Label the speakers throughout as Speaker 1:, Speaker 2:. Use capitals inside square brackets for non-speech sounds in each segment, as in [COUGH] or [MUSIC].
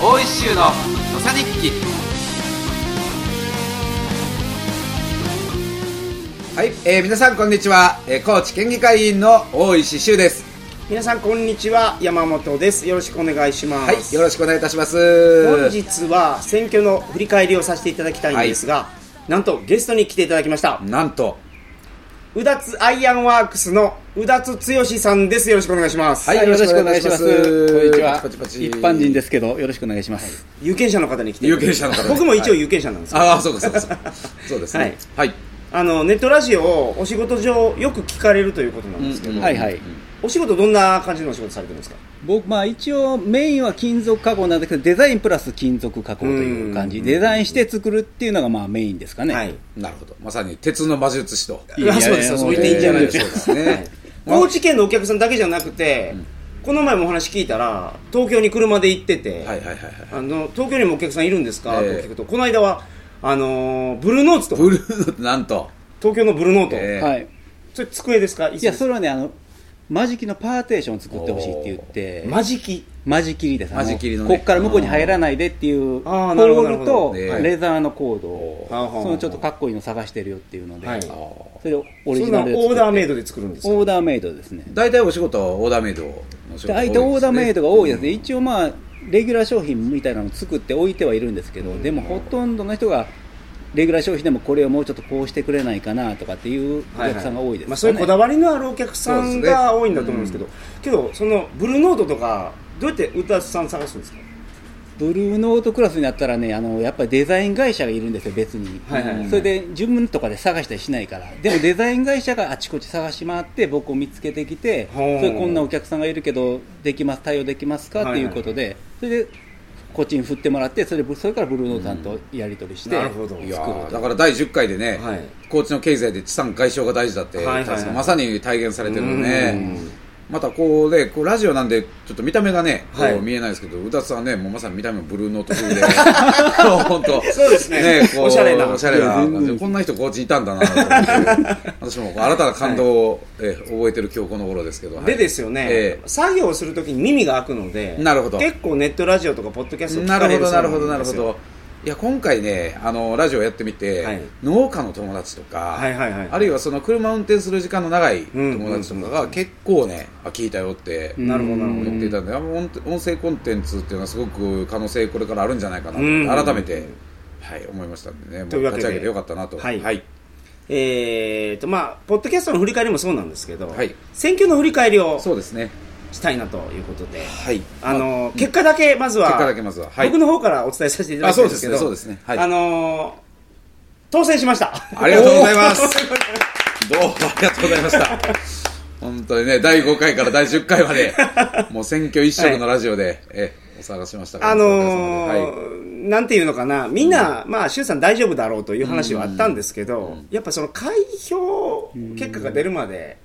Speaker 1: 大石修の土佐日記はい、えー、皆さんこんにちは、えー、高知県議会員の大石修です
Speaker 2: 皆さんこんにちは山本ですよろしくお願いしま
Speaker 1: はい
Speaker 2: す、
Speaker 1: よろしくお願いいたします
Speaker 2: 本日は選挙の振り返りをさせていただきたいんですが、なんとゲストに来ていただきました
Speaker 1: なんと
Speaker 2: うだつアイアンワークスのうだつ剛さんですよろしくお願いします、
Speaker 1: はい
Speaker 3: はい、よろしくお願いします。
Speaker 1: こ
Speaker 3: こ
Speaker 1: ん
Speaker 3: ん
Speaker 1: に
Speaker 3: に
Speaker 1: ち
Speaker 3: ち
Speaker 1: は
Speaker 3: は。
Speaker 1: パチパチ
Speaker 3: 一般人ですけど、よろしくお願いします。
Speaker 2: 有権者の方に来て
Speaker 1: 有権者の方です
Speaker 2: 僕も一応
Speaker 1: はい
Speaker 2: 有権者なんですよ、
Speaker 1: ああそうかそうかそうかそうですねはい、
Speaker 2: あのネットラジオをお仕事上よく聞かれるということなんですけど、
Speaker 1: うんうん
Speaker 3: はい、はい。
Speaker 2: お仕事どんな感じのお仕事されてるんですか
Speaker 3: 僕、まあ一応メインは金属加工なんですけど、デザインプラス金属加工という感
Speaker 2: う
Speaker 3: じ。
Speaker 2: ん
Speaker 3: デザインして作るっていうのがまあメインですかね。
Speaker 2: はい
Speaker 1: なるほどまさに鉄の魔術師と
Speaker 3: いやいや
Speaker 2: そうですよそう言っていいんじゃないですか、
Speaker 1: えーそうですね
Speaker 2: はい [LAUGHS] 高知県のお客さんだけじゃなくて、この前もお話聞いたら東京に車で行ってて、
Speaker 1: はいはいはいはい
Speaker 2: あの東京にもお客さんいるんですか、
Speaker 1: ええ
Speaker 2: と聞くとこの間はあのーブルーノーツとか
Speaker 1: ブルーのなんと
Speaker 2: 東京のブルーノート、
Speaker 1: えー
Speaker 3: はい。
Speaker 2: それ机ですか椅子で
Speaker 3: い
Speaker 2: す
Speaker 3: や、それはね、あの、間仕切のパーテーションを作ってほしいって言って、
Speaker 2: 間仕切
Speaker 3: 間仕切りです。あ
Speaker 1: 間仕切りのね
Speaker 3: こっから向こうに入らないでっていう、ポ
Speaker 2: あーなるほど
Speaker 3: ールと
Speaker 1: なるほどね
Speaker 3: レザーのコードを、
Speaker 2: あー
Speaker 3: そのちょっとかっこいいの探してるよっていうので、
Speaker 2: はい
Speaker 1: あー
Speaker 3: それでオ
Speaker 2: そ
Speaker 3: リジ
Speaker 2: んな
Speaker 3: ナ
Speaker 2: オ
Speaker 3: ルで作っ
Speaker 2: ー
Speaker 3: て
Speaker 2: ダーメイドで作るんですか
Speaker 3: オーダーメイドですね。
Speaker 1: 大体お仕事はオーダーメイドの仕事が多い
Speaker 3: 大
Speaker 1: ですね
Speaker 3: 体オーダーメイドが多いですね、一応まあレギュラー商品みたいなのを作って置いてはいるんですけど、でもほとんどの人がレギュラー商品でもこれをもうちょっとこうしてくれないかなとかっていうお客さんが多いです、ね
Speaker 2: まあ、そういうこだわりのあるお客さんが多いんだと思うんですけどけどそのブルーノートとかどうやって歌手さん探すんですか
Speaker 3: ブルーノートクラスになったらねあのやっぱりデザイン会社がいるんですよ別に、
Speaker 2: はいはいはい
Speaker 3: それで自分とかで探したりしないからでもデザイン会社があちこち探し回って僕を見つけてきてそ
Speaker 2: ほう
Speaker 3: れこんなお客さんがいるけどできます対応できますかっていうことで、それでこっちに振ってもらってそれでそれからブルーノートさんとやり取りして、
Speaker 2: なるほど
Speaker 1: いやーだから第10回でね、
Speaker 2: はい
Speaker 1: 高知の経済で地産外消が大事だって言ったんですけど、
Speaker 2: はいはいはい
Speaker 1: まさに体現されてるの
Speaker 2: う
Speaker 1: ね
Speaker 2: ん
Speaker 1: またこうねこうラジオなんでちょっと見た目がね、こう
Speaker 2: はい
Speaker 1: 見えないですけど宇田さんはねもうまさに見た目もブルーノート
Speaker 2: [LAUGHS]
Speaker 1: 風でこう本当
Speaker 2: そうですねおしゃれな
Speaker 1: おしゃれない
Speaker 3: や全
Speaker 1: 感
Speaker 3: 然
Speaker 1: じでこんな人高知にいたんだなと思っ
Speaker 2: [LAUGHS]
Speaker 1: て私もこう新たな感動を、えー覚えてる今日この頃ですけど、はい
Speaker 2: でですよね、
Speaker 1: えー
Speaker 2: 作業をするときに耳が開くので
Speaker 1: なるほど
Speaker 2: 結構ネットラジオとかポッドキャスト聞
Speaker 1: な
Speaker 2: か
Speaker 1: る
Speaker 2: れ
Speaker 1: ほ
Speaker 2: る
Speaker 1: ど
Speaker 2: そ
Speaker 1: な
Speaker 2: う
Speaker 1: る
Speaker 2: な
Speaker 1: ほど
Speaker 2: ん
Speaker 1: なる
Speaker 2: で
Speaker 1: ほ
Speaker 2: すよ
Speaker 1: どいや今回ねあのラジオやってみて、
Speaker 2: はい
Speaker 1: 農家の友達とか、
Speaker 2: はいはいはい
Speaker 1: あるいはその車運転する時間の長い友達とか
Speaker 2: うんうんう
Speaker 1: が
Speaker 2: ん
Speaker 1: 結構ね、あ聞いたよって
Speaker 2: なるほどなるほど
Speaker 1: 言っていたんで、あ音音声コンテンツっていうのはすごく可能性これからあるんじゃないかなと
Speaker 2: うん
Speaker 1: 改めて、はい、思いましたんでねも
Speaker 2: という
Speaker 1: う
Speaker 2: わ
Speaker 1: 立
Speaker 2: け
Speaker 1: ち
Speaker 2: で
Speaker 1: 上げてよかったなと
Speaker 2: はい
Speaker 1: はい
Speaker 2: えーとまあポッドキャストの振り返りもそうなんですけど、
Speaker 1: はい
Speaker 2: 選挙の振り返りを
Speaker 1: そうですね
Speaker 2: したいなということで
Speaker 1: はい
Speaker 2: あの、結果だけまずは
Speaker 1: 結果だけまずははい
Speaker 2: 僕の方からお伝えさせていただきたいんですけど
Speaker 1: あそうですねそうですねはい
Speaker 2: あのー当選しました
Speaker 1: ありがとうございます
Speaker 2: [LAUGHS] おー
Speaker 1: どうもありがとうございま
Speaker 2: [LAUGHS]
Speaker 1: した。本当にね、第5回から第10回まで、もう選挙一色のラジオで、えお探しましたから
Speaker 2: あのー
Speaker 1: お疲れ様ではい
Speaker 2: なんていうのかな、みんな、まあ、周さん大丈夫だろうという話はあったんですけど、やっぱその開票結果が出るまで、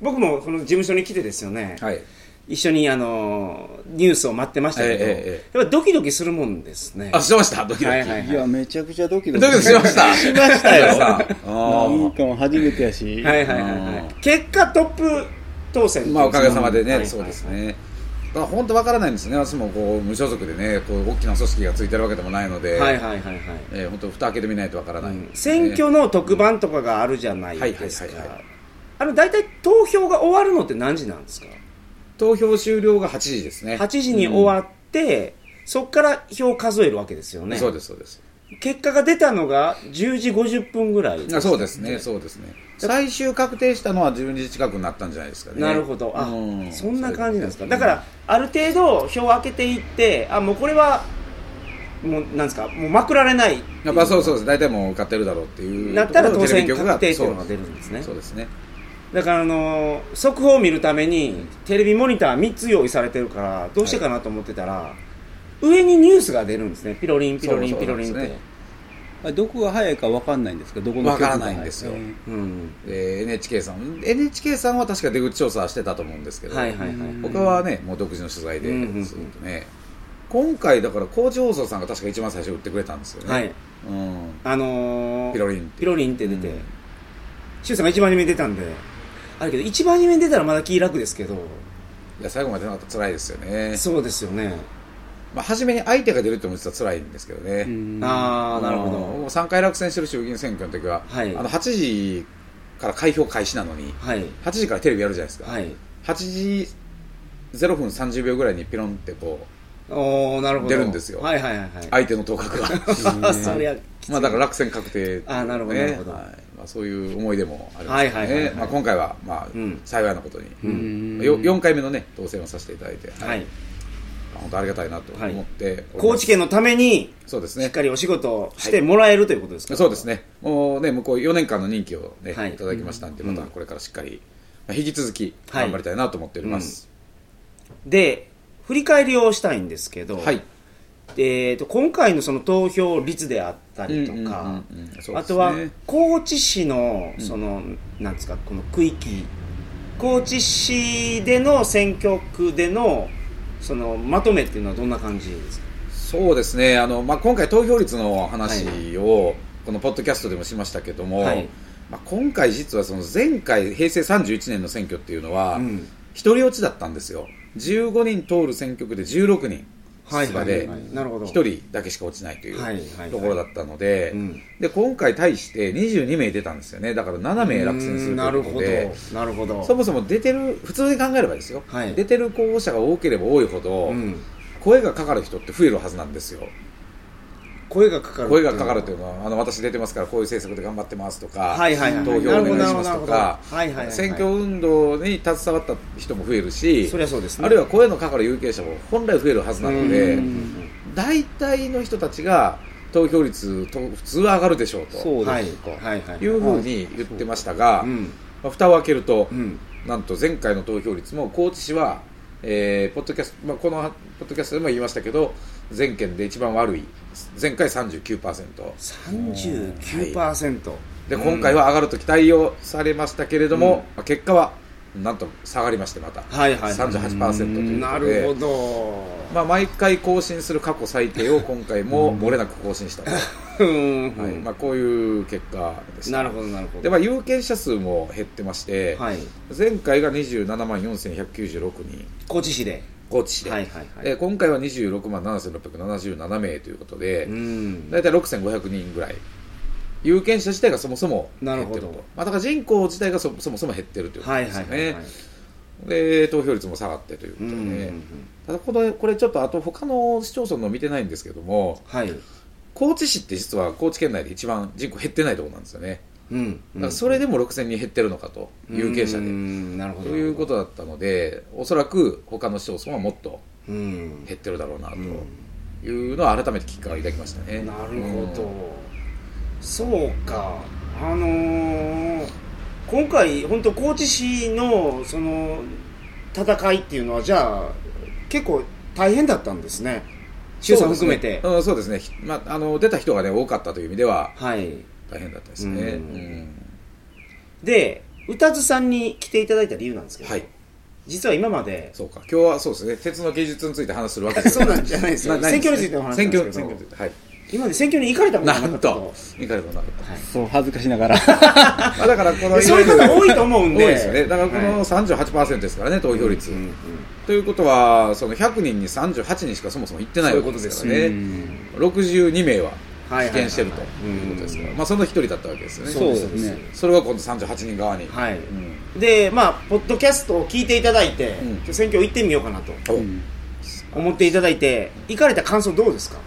Speaker 2: 僕もこの事務所に来てですよね、
Speaker 1: はい。
Speaker 2: 一緒にあのーニュースを待ってましたけど、
Speaker 1: えええ
Speaker 2: やっぱドキドキするもんですね。
Speaker 1: あ、してましたドキドキ。
Speaker 2: は
Speaker 1: ド
Speaker 2: いはいはい
Speaker 3: いやめちゃくちゃドキド
Speaker 1: キ
Speaker 3: キ
Speaker 1: ドキしま
Speaker 3: [LAUGHS]
Speaker 1: した。しま [LAUGHS] したよ。
Speaker 2: [LAUGHS]
Speaker 1: あ
Speaker 3: なん
Speaker 1: ー
Speaker 3: かも初めてやし、
Speaker 2: はいはいはいは
Speaker 1: あ
Speaker 2: い。結果トップ当選。
Speaker 1: まあ、おかげさまで
Speaker 2: はい
Speaker 1: ね、
Speaker 2: はい
Speaker 1: そうですね。だから本当わからないんですね。私もこう、無所属でね、こう、大きな組織がついてるわけでもないので、
Speaker 2: はいはいはいはい。
Speaker 1: えー本当蓋開けてみないとわからない、
Speaker 2: 選挙の特番とかがあるじゃないです
Speaker 1: はいはいはいは
Speaker 2: か。あの、大体投票が終わるのって何時なんですか
Speaker 1: 投票終了が8時ですね。
Speaker 2: 8時に終わって、そこから票を数えるわけですよね
Speaker 1: そうです、そうです。
Speaker 2: 結果が出たのが10時50分ぐらい
Speaker 1: あそうですね、そうですね。最終確定したのは12時近くになったんじゃないですかね。
Speaker 2: なるほどあ、
Speaker 1: う
Speaker 2: そんな感じなんですかだからある程度票を開けていってあもうこれはもうなんですかもうまくられない
Speaker 1: やっぱそうそうです、大体もう勝ってるだろうっていう
Speaker 2: なったら当選
Speaker 1: テレビ局が
Speaker 2: 確定っていうの
Speaker 1: そ
Speaker 2: が
Speaker 1: う
Speaker 2: 出るんですね
Speaker 1: そうですね。
Speaker 2: だからあのー速報を見るためにテレビモニター3つ用意されてるからどうしてかなと思ってたら、上にニュースが出るんですねピロリンピロリン
Speaker 1: そう
Speaker 2: ピ
Speaker 1: そう
Speaker 2: ロ
Speaker 1: なんです
Speaker 2: リンって
Speaker 1: ね
Speaker 2: う,、
Speaker 3: どこが早いかわかんないんですけどどこの局が早い
Speaker 1: わからないんですよ
Speaker 2: ん
Speaker 1: えー NHK さん、NHK さんは確か出口調査してたと思うんですけど、
Speaker 2: はいはいはい
Speaker 1: 他はね、もう独自の取材で
Speaker 2: うんうんうん
Speaker 1: ずっとね、今回、だから高知放送さんが確か一番最初売ってくれたんですよね。
Speaker 2: はい
Speaker 1: うん、
Speaker 2: あのー
Speaker 1: ピロリンって
Speaker 2: ピロリンって出て
Speaker 1: うん
Speaker 2: シュウさんが一番二面出たんであるけど一番二面出たらまだ気楽ですけど
Speaker 1: いや最後まで出なかったら辛いですよね。
Speaker 2: そうですよね
Speaker 1: まあ、初めに相手が出るって思ってたら辛いんですけどね。
Speaker 3: うん
Speaker 2: ああ、なるほ
Speaker 1: あのも
Speaker 2: ど。
Speaker 1: う3回落選してる衆議院選挙の時は、
Speaker 2: はい
Speaker 1: あの8時から開票開始なのに、
Speaker 2: はい。
Speaker 1: 8時からテレビやるじゃないですか。
Speaker 2: はい。
Speaker 1: 8時0分30秒ぐらいにピロンってこう、
Speaker 2: おー、なるほど。
Speaker 1: 出るんですよ
Speaker 2: はいはいはいはい。
Speaker 1: 相手の頭角が。
Speaker 2: [LAUGHS] あ、そりゃ、
Speaker 1: まあだから落選確定、
Speaker 2: あーなるほど
Speaker 1: ね
Speaker 2: なるほど
Speaker 1: はいまあ、そういう思い出もありますよね、
Speaker 2: はいはいはいはい
Speaker 1: まあ、今回は、まあ
Speaker 2: うん
Speaker 1: 幸いなことに、
Speaker 3: ん
Speaker 1: よ4回目の、ね、当選をさせていただいて、
Speaker 2: は
Speaker 1: ま
Speaker 2: い。
Speaker 1: あ本当ありがたいなと思って、
Speaker 2: 高知県のために、
Speaker 1: そうです
Speaker 2: しっ
Speaker 1: ね
Speaker 2: かりお仕事をしてもらえるということですか
Speaker 1: そうですねもうね向こう4年間の任期を、ね
Speaker 2: はい
Speaker 1: い、ただきましたんで
Speaker 2: うん
Speaker 1: またこれからしっかり、まあ、引き続き
Speaker 2: はい
Speaker 1: 頑張りたいなと思っております、
Speaker 2: で、振り返りをしたいんですけど、
Speaker 1: はい、
Speaker 2: えー、と今回のその投票率であったりと
Speaker 1: うん
Speaker 2: か
Speaker 1: うんうんうんそうですね
Speaker 2: あとは高知市のその、なんですかこの区域高知市での選挙区でのそのまとめっていうのはどんな感じですか
Speaker 1: そうですねあの、まあ、今回投票率の話を、このポッドキャストでもしましたけども、
Speaker 2: はい
Speaker 1: まあ、今回実はその前回平成31年の選挙っていうのは、
Speaker 2: うん
Speaker 1: 一人落ちだったんですよ15人通る選挙区で16人
Speaker 2: はい
Speaker 1: 出馬で
Speaker 2: はいはいなるほど
Speaker 1: 1人だけしか落ちないとい
Speaker 2: はいはいはいう
Speaker 1: ところだったので、
Speaker 2: うん
Speaker 1: で今回対して22名出たんですよねだから7名落選すると
Speaker 2: うーんな
Speaker 1: いう
Speaker 2: る
Speaker 1: こと
Speaker 2: ほ
Speaker 1: で
Speaker 2: どなるほど
Speaker 1: そもそも出てる普通に考えればですよ、
Speaker 2: はい
Speaker 1: 出てる候補者が多ければ多いほど、
Speaker 2: うん、
Speaker 1: 声がかかる人って増えるはずなんですよ
Speaker 2: 声がかかる
Speaker 1: 声がかかると
Speaker 2: と
Speaker 1: いうのはあの私出てますからこういう政策で頑張ってますとか、
Speaker 2: はいはいはい
Speaker 1: 投票お願いしますとか
Speaker 2: なるほどなるほどはいはいはいはい
Speaker 1: 選挙運動に携わった人も増えるし
Speaker 2: そりゃそうですね
Speaker 1: あるいは声のかかる有権者も本来増えるはずなので
Speaker 2: うん
Speaker 1: 大体の人たちが投票率と普通は上がるでしょうと
Speaker 3: そう
Speaker 2: はい
Speaker 3: ですか、
Speaker 2: はいはい
Speaker 1: いうふうに言ってましたが、
Speaker 2: うん
Speaker 1: まあ、蓋を開けると、
Speaker 2: うん
Speaker 1: なんと前回の投票率も高知市は、えーポッドキャスト、まあ、このポッドキャストでも言いましたけど全県で一番悪い前回39%
Speaker 2: 39%、
Speaker 1: で今回は上がると期待をされましたけれども、まあ結果はなんと下がりましてまた、
Speaker 2: はいはい
Speaker 1: 38%という
Speaker 2: な
Speaker 1: こと
Speaker 2: るほ
Speaker 1: で、
Speaker 2: ど、
Speaker 1: まあ、毎回更新する過去最低を今回も漏れなく更新したと、
Speaker 2: うん
Speaker 1: はいまあ、こういう結果でした
Speaker 2: なるほどなるほど
Speaker 1: で、まあ、有権者数も減ってまして、
Speaker 2: はい
Speaker 1: 前回が27万4196人
Speaker 2: 高知市で
Speaker 1: 高知市で、
Speaker 2: はいはいはい
Speaker 1: で今回は26万7677名ということで、
Speaker 2: うん
Speaker 1: 大体6500人ぐらい有権者自体がそもそも減ってると
Speaker 2: なるほど
Speaker 1: まあ、だから人口自体がそそもそも減ってるということ
Speaker 2: はい
Speaker 1: で
Speaker 2: は
Speaker 1: す
Speaker 2: い
Speaker 1: よ
Speaker 2: はい
Speaker 1: ね
Speaker 2: はい
Speaker 1: で投票率も下がってというこ
Speaker 2: う
Speaker 1: と
Speaker 2: ん
Speaker 1: で、
Speaker 2: うんうん
Speaker 1: ただこのこれちょっとあと他の市町村の見てないんですけども
Speaker 2: はい
Speaker 1: 高知市って実は高知県内で一番人口減ってないところなんですよね
Speaker 2: うん
Speaker 1: だからそれでも6000人減ってるのかと有権者
Speaker 2: う
Speaker 1: で
Speaker 2: んなるほ
Speaker 1: と
Speaker 2: ど
Speaker 1: いうことだったのでおそらく他の市町村はもっと
Speaker 2: うん
Speaker 1: 減ってるだろうなというのは改めてきっかけをいただきましたね
Speaker 2: なるほど、そうかあのー今回本当高知市のその戦いっていうのはじゃあ結構大変だったんですね衆さん含めて、
Speaker 1: そうですね,、うんそうですねひまあ、あの出た人が、ね、多かったという意味では
Speaker 2: はい
Speaker 1: 大変だったですね、
Speaker 2: うん
Speaker 1: うん
Speaker 2: で歌津さんに来ていただいた理由なんですけど、
Speaker 1: はい
Speaker 2: 実は今まで
Speaker 1: そうか今日はそうですね鉄の芸術について話するわけでは
Speaker 2: そうなんじゃないですよ
Speaker 1: なない
Speaker 2: 選挙についての話なん
Speaker 1: 選
Speaker 2: ですけど
Speaker 1: 挙選挙はい
Speaker 2: 今まで選挙に行かれたこと
Speaker 1: な
Speaker 2: がなか
Speaker 1: ん
Speaker 2: った
Speaker 1: といかれもなかった
Speaker 3: そう恥ずかしながら
Speaker 1: まあだからこの
Speaker 2: でそういう方多いと思うんで
Speaker 1: 多いですよねだからこ
Speaker 2: は
Speaker 1: の
Speaker 2: い
Speaker 1: 38%ですからね投票率、
Speaker 2: うんうんうん
Speaker 1: ということはその100人に38人しかそもそも行ってないわけですから
Speaker 2: そういう
Speaker 1: ね
Speaker 2: こ
Speaker 1: 62名は
Speaker 2: はいはいは
Speaker 1: 棄
Speaker 2: いはい
Speaker 1: 権してるということですから、まあ、その一人だったわけですよね
Speaker 3: そうです
Speaker 2: そうです
Speaker 3: ね
Speaker 1: それが今度38人側に、
Speaker 2: はい
Speaker 1: うん
Speaker 2: でまあポッドキャストを聞いていただいて、
Speaker 1: うん
Speaker 2: 今日選挙行ってみようかなと
Speaker 1: お
Speaker 3: うん
Speaker 2: 思っていただいて行かれた感想どうですか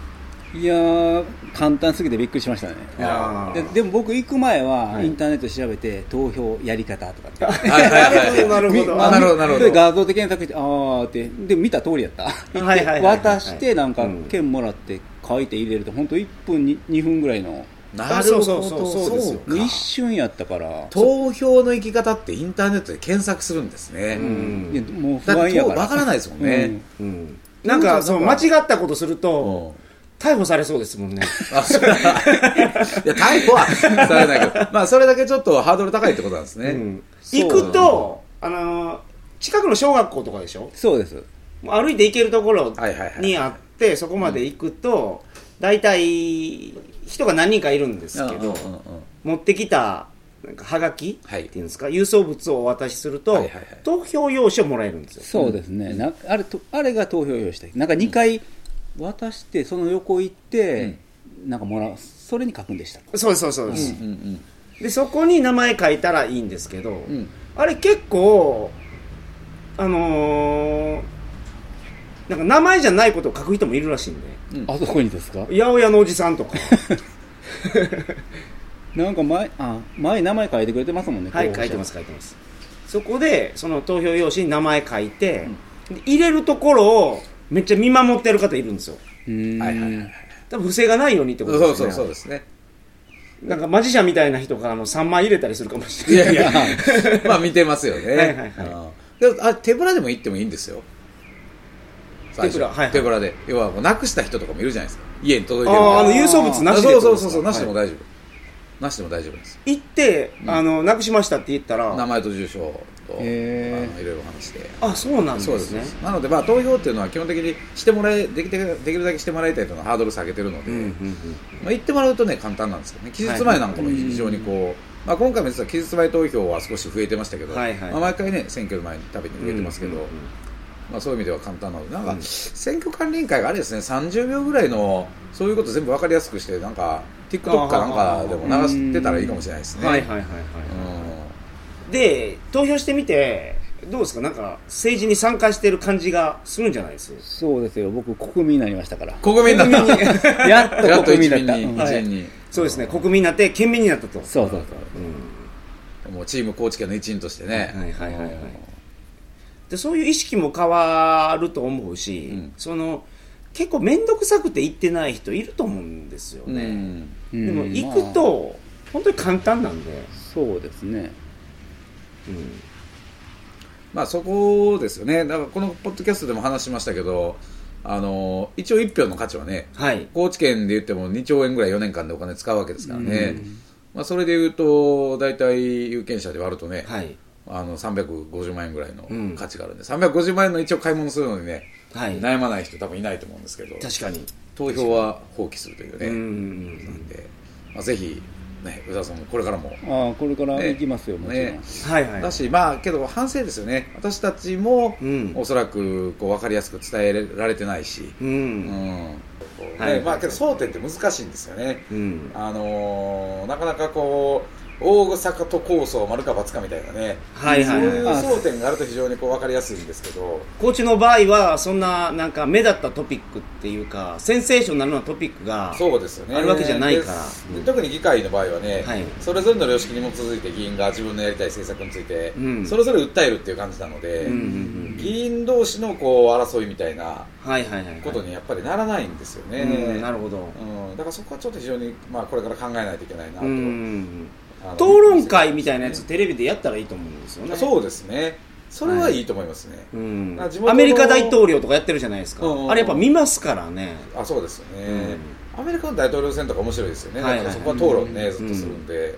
Speaker 3: いやー簡単すぎてびっくりしましたね
Speaker 2: あー
Speaker 3: ででも僕行く前は
Speaker 2: はい
Speaker 3: インターネット調べて、投票やり方とかって
Speaker 1: はいはい
Speaker 2: [LAUGHS]
Speaker 1: はい
Speaker 2: なるほど
Speaker 1: みあなるほどなるほ
Speaker 3: で
Speaker 1: ど
Speaker 3: 画像で検索してあーってで見た通り
Speaker 1: [LAUGHS]
Speaker 3: やった
Speaker 2: いはいはいはい
Speaker 3: 渡してなんか
Speaker 2: うん
Speaker 3: 券もらって書いて入れると本当1分に2分ぐらいの
Speaker 1: なるほど
Speaker 2: そうそうそうそうですよ
Speaker 1: か
Speaker 3: もう一瞬やったから
Speaker 1: 投票の行き方ってインターネットで検索するんですね、
Speaker 2: ん
Speaker 3: いやもう不
Speaker 1: だっ
Speaker 3: 安
Speaker 1: て
Speaker 3: や
Speaker 1: 投票
Speaker 3: から
Speaker 1: わからないですもんね、
Speaker 3: うん
Speaker 2: うんなんかそう間
Speaker 1: なんか
Speaker 2: 違ったことすると
Speaker 1: うん
Speaker 2: 逮捕されそうですもんね
Speaker 1: [LAUGHS] あそういや逮捕はされないけど、まあ、それだけちょっとハードル高いってことなんですね、
Speaker 2: うん
Speaker 3: そう
Speaker 2: 行くとあのー近くの小学校とかでしょ
Speaker 3: そうです
Speaker 2: もう歩いて行けるところ
Speaker 1: はいはいはい
Speaker 2: にあってそこまで行くと大体人が何人かいるんですけ
Speaker 1: うんう
Speaker 2: ど
Speaker 1: んうん
Speaker 2: 持ってきたなんかはがきって
Speaker 1: はいい
Speaker 2: うんですか郵送物をお渡しする
Speaker 1: はい
Speaker 2: と
Speaker 1: はいはい
Speaker 2: 投票用紙をもらえるんですよ
Speaker 3: そうですね、なあれとあれが投票用紙でなんか2回渡してその横行って、なんかもらうそれに書くんでした
Speaker 2: そうですそうですそうです、
Speaker 1: うんうん
Speaker 2: でそこに名前書いたらいいんですけど、
Speaker 1: うん
Speaker 2: あれ結構あのーなんか名前じゃないことを書く人もいるらしいんで
Speaker 1: うん
Speaker 3: あそこにですか
Speaker 2: 八百屋のおじさんとか
Speaker 3: なんか前あ前名前書いてくれてますもんね
Speaker 2: [LAUGHS] はい
Speaker 3: 候補者
Speaker 2: 書いてます書いてますそこでその投票用紙に名前書いて、で入れるところをめっちゃ見守ってる方いるんですよ
Speaker 3: うーん
Speaker 1: はいはいはい
Speaker 2: 多分不正がないようにってこと
Speaker 1: そうそう
Speaker 2: ね
Speaker 1: そうですね
Speaker 2: なんかマジシャンみたいな人からあの3枚入れたりするかもし
Speaker 1: い
Speaker 2: れ
Speaker 1: や
Speaker 2: ない
Speaker 1: い
Speaker 2: [LAUGHS]
Speaker 1: や [LAUGHS] まあ見てますよ
Speaker 2: はいはい
Speaker 1: ね
Speaker 2: はい
Speaker 1: うんでもあ手ぶらでも行ってもいいんですよ最初
Speaker 2: 手ぶらはいはい
Speaker 1: 手ぶらで要はもうなくした人とかもいるじゃないですか家に届いてるから
Speaker 2: あああの郵送物なしでって
Speaker 1: そうそう
Speaker 2: ことす
Speaker 1: そ
Speaker 2: か
Speaker 1: うそうなしで
Speaker 2: は
Speaker 1: も
Speaker 2: い
Speaker 1: 大丈夫なしでも大丈夫です
Speaker 2: 行って、あの、なくしましたって言った
Speaker 1: 名
Speaker 2: ら、
Speaker 1: 前と住所とあの
Speaker 3: へー
Speaker 1: いろいろ話して
Speaker 2: あ、そうなん
Speaker 1: そう
Speaker 2: で
Speaker 1: ですす
Speaker 2: ね。
Speaker 1: なのでまあ投票っていうのは基本的にしてもらえできてできるだけしてもらいたいというのはハードル下げてるので、
Speaker 2: うんうんうん
Speaker 1: まあ、言ってもらうとね簡単なんですよね期日前なんかも非常にこう、まあ、今回も実は期日前投票は少し増えてましたけど、
Speaker 2: はいはい
Speaker 1: まあ、毎回ね選挙の前に食べに増えてますけど、
Speaker 2: うんうんうん
Speaker 1: まあ、そういう意味では簡単なのでなんか、
Speaker 2: うん
Speaker 1: 選挙管理委員会があれですね30秒ぐらいのそういうこと全部わかりやすくしてなんか TikTok かなんかでも流してたらいいかもしれないですね。
Speaker 2: はいはいはいは
Speaker 1: う
Speaker 2: い。で、投票してみて、どうですかなんか、政治に参加してる感じがするんじゃないです
Speaker 3: そうですよ僕国民になりましたから
Speaker 1: ん国民だった
Speaker 3: [LAUGHS]
Speaker 1: [LAUGHS]
Speaker 3: やっ
Speaker 1: や
Speaker 3: と
Speaker 1: っと
Speaker 3: 国
Speaker 1: 一
Speaker 3: 民だ
Speaker 1: 民
Speaker 3: っ
Speaker 1: に、
Speaker 3: たうん
Speaker 2: はい
Speaker 1: 一員に
Speaker 2: そうですね、国民になって、県民になったと。
Speaker 3: そうそう
Speaker 1: もうチーム高知県の一員としてね、
Speaker 2: はいはいはいはいで、そういう意識も変わると思うし、
Speaker 1: うん
Speaker 2: その、結構面倒くさくて行ってない人いると思うんですよ
Speaker 1: う
Speaker 2: ね。
Speaker 1: ん
Speaker 3: そう
Speaker 2: でも、
Speaker 3: うん
Speaker 2: 行く
Speaker 3: ま
Speaker 2: と、本当に簡単なんで。
Speaker 3: あそうですね
Speaker 2: うん
Speaker 1: まあそこですよねだからこのポッドキャストでも話しましたけどあの一応一票の価値はね
Speaker 2: はい。
Speaker 1: 高知県で言っても2兆円ぐらい4年間でお金使うわけですからね、
Speaker 3: うん
Speaker 1: まあ、それで言うと大体有権者で割るとね、
Speaker 2: はい。
Speaker 1: あの350万円ぐらいの
Speaker 2: うん
Speaker 1: 価値があるんで、350万円の一応買い物するのにね
Speaker 2: はい。
Speaker 1: 悩まない人多分いないと思うんですけど
Speaker 2: 確かに。
Speaker 1: 投票は放棄するというね、
Speaker 2: うん
Speaker 1: なんで、まあ、ぜひ、ね、宇田さんもこれからも
Speaker 3: ああこれから行きますよ、もちろん、
Speaker 1: ね
Speaker 2: はいはい。
Speaker 1: だし、まあ、けど反省ですよね、私たちも、
Speaker 2: うん
Speaker 1: おそらくこう分かりやすく伝えられてないし、
Speaker 2: う
Speaker 1: うん
Speaker 2: ん。
Speaker 1: ね
Speaker 2: はい
Speaker 1: まあ、けど争点って難しいんですよね、
Speaker 2: うん。
Speaker 1: あのーなかなかこう大阪都構想、丸か×かみたいなね、
Speaker 2: はい
Speaker 1: そう
Speaker 2: はい
Speaker 1: い
Speaker 2: は
Speaker 1: う
Speaker 2: い。
Speaker 1: 争点があると非常にこう分かりやすいんですけど、
Speaker 2: コーチの場合は、そんな、なんか、目立ったトピックっていうか、センセーショナルなトピックが、
Speaker 1: そうですよね
Speaker 2: あるわけじゃないか
Speaker 1: で
Speaker 2: ら
Speaker 1: すで
Speaker 2: うん
Speaker 1: 特に議会の場合はね、
Speaker 2: はい
Speaker 1: それぞれの良識に基づいて議員が自分のやりたい政策について、
Speaker 2: うん
Speaker 1: それぞれ訴えるっていう感じなので。
Speaker 2: うんうんうん。
Speaker 1: 議員同士のこう争いみたいな
Speaker 2: はいはいはい。
Speaker 1: ことにやっぱりならないんですよね、
Speaker 2: うん、なるほど。
Speaker 1: うんだからそこはちょっと非常に、まあ、これから考えないといけないな
Speaker 2: う
Speaker 1: と、
Speaker 2: ん。
Speaker 1: あの
Speaker 2: 討論会みたいなやつ、テレビでやったらいいと思うんですよね。
Speaker 1: そうですねそれはいいと思いますね、
Speaker 2: う。ん。
Speaker 1: あ地元の
Speaker 2: アメリカ大統領とかやってるじゃないですか
Speaker 1: うんうんう。ん
Speaker 2: あれやっぱ見ますからね。
Speaker 1: あそうですよね、アメリカの大統領選とか面白いですよね、
Speaker 2: はいはい
Speaker 1: だからそこは討論ね、
Speaker 2: うん
Speaker 1: ずっとするんで、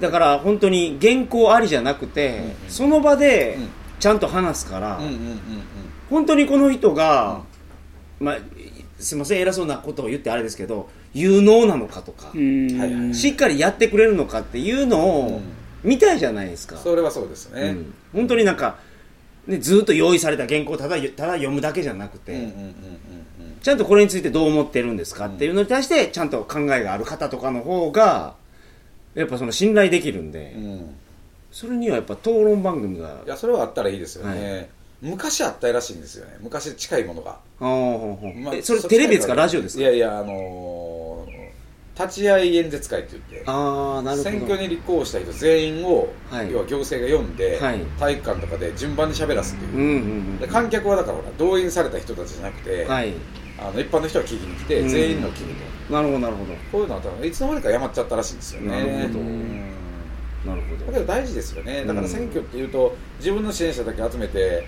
Speaker 2: だから、本当に、原稿ありじゃなくて
Speaker 1: うんうん、
Speaker 2: その場で
Speaker 1: うん、
Speaker 2: ちゃんと話すから
Speaker 1: うん、うんうんうん
Speaker 2: 本当にこの人が、まあ、すいません偉そうなことを言ってあれですけど有能なのかとか、
Speaker 3: うん
Speaker 1: はいはい
Speaker 2: しっかりやってくれるのかっていうの
Speaker 1: う
Speaker 2: を
Speaker 1: ん
Speaker 2: 見たいじゃないですか、
Speaker 1: それはそうですね、
Speaker 2: うん本当になんか、ね、ずっと用意された原稿をただただ読むだけじゃなくて、
Speaker 1: うんうんうんうんうん
Speaker 2: ちゃんとこれについてどう思ってるんですかっていうのに対してちゃんと考えがある方とかの方がやっぱその信頼できるんで、
Speaker 1: うん
Speaker 2: それにはやっぱ討論番組が
Speaker 1: いやそれはあったらいいですよね、昔あったらしいんですよね昔近いものが
Speaker 2: あーほうほう
Speaker 1: まあ
Speaker 2: えそれテレビですかラジオです
Speaker 1: い
Speaker 2: か
Speaker 1: やいや、あのー立ち会い演説会って言って、
Speaker 2: ああなるほど
Speaker 1: 選挙に立候補した人全員を、
Speaker 2: はい
Speaker 1: 要は行政が読んで、
Speaker 2: はい
Speaker 1: 体育館とかで順番に喋らすっていうう、
Speaker 2: んうん
Speaker 1: で観客はだからほら動員された人たちじゃなくて、
Speaker 2: うん、はい
Speaker 1: あの一般の人は聞きに来て、
Speaker 2: うん
Speaker 1: 全員の聞くと、
Speaker 2: なるほどなるほど
Speaker 1: こういうのは多分いつの間にかやまっちゃったらしいんですよね。
Speaker 2: なるほど
Speaker 1: うん
Speaker 2: なるほ
Speaker 1: だ
Speaker 2: ど
Speaker 1: けど大事ですよね、だか
Speaker 2: うん
Speaker 1: ら選挙っていうと、自分の支援者だけ集めて、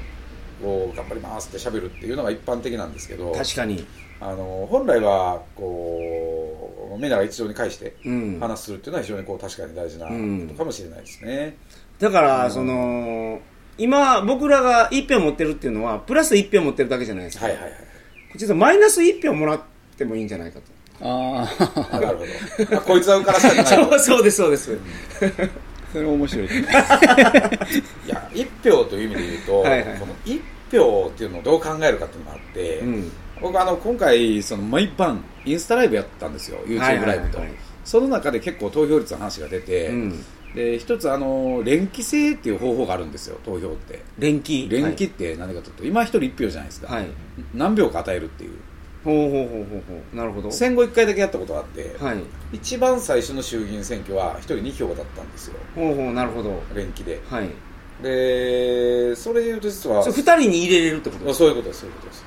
Speaker 1: こう頑張りますって喋るっていうのが一般的なんですけど、
Speaker 2: 確かに
Speaker 1: あの本来はこうメなが一堂に会して
Speaker 2: うん
Speaker 1: 話するっていうのは非常にこう確かに大事な
Speaker 2: うん
Speaker 1: ことかもしれないですね。
Speaker 2: だからその今僕らが1票持ってるっていうのはプラス1票持ってるだけじゃないですか
Speaker 1: はいはいはい。
Speaker 2: 実はマイナス1票もらってもいいんじゃないかと
Speaker 3: あ
Speaker 1: [LAUGHS]
Speaker 3: あ
Speaker 1: なるほど。あこいつは受からしたくないと。
Speaker 2: そうですそうです
Speaker 3: それ面白いですね
Speaker 1: いや、一票という意味で言うと、
Speaker 2: はいはい
Speaker 1: この一票っていうのをどう考えるかっていうのがあって、
Speaker 2: うん
Speaker 1: 僕あの今回その毎晩インスタライブやったんですよ YouTube ライブと、
Speaker 2: はいはいはいはい
Speaker 1: その中で結構投票率の話が出て、
Speaker 2: うん
Speaker 1: で一つあの連帰制っていう方法があるんですよ投票って
Speaker 2: 連機
Speaker 1: 連帰って何かというと、今一人一票じゃないですか、
Speaker 2: はい、はい、
Speaker 1: 何秒か与えるっていう
Speaker 2: ほうほうほうほうほうなるほど
Speaker 1: 戦後1回だけやったことがあって、
Speaker 2: はい
Speaker 1: 一番最初の衆議院選挙は一人2票だったんですよ
Speaker 2: ほうほうなるほど
Speaker 1: 連帰で
Speaker 2: はい
Speaker 1: でそれで言うと実は
Speaker 2: それ2人に入れれるってことで
Speaker 1: あ
Speaker 2: す
Speaker 1: そういうことですそういうことです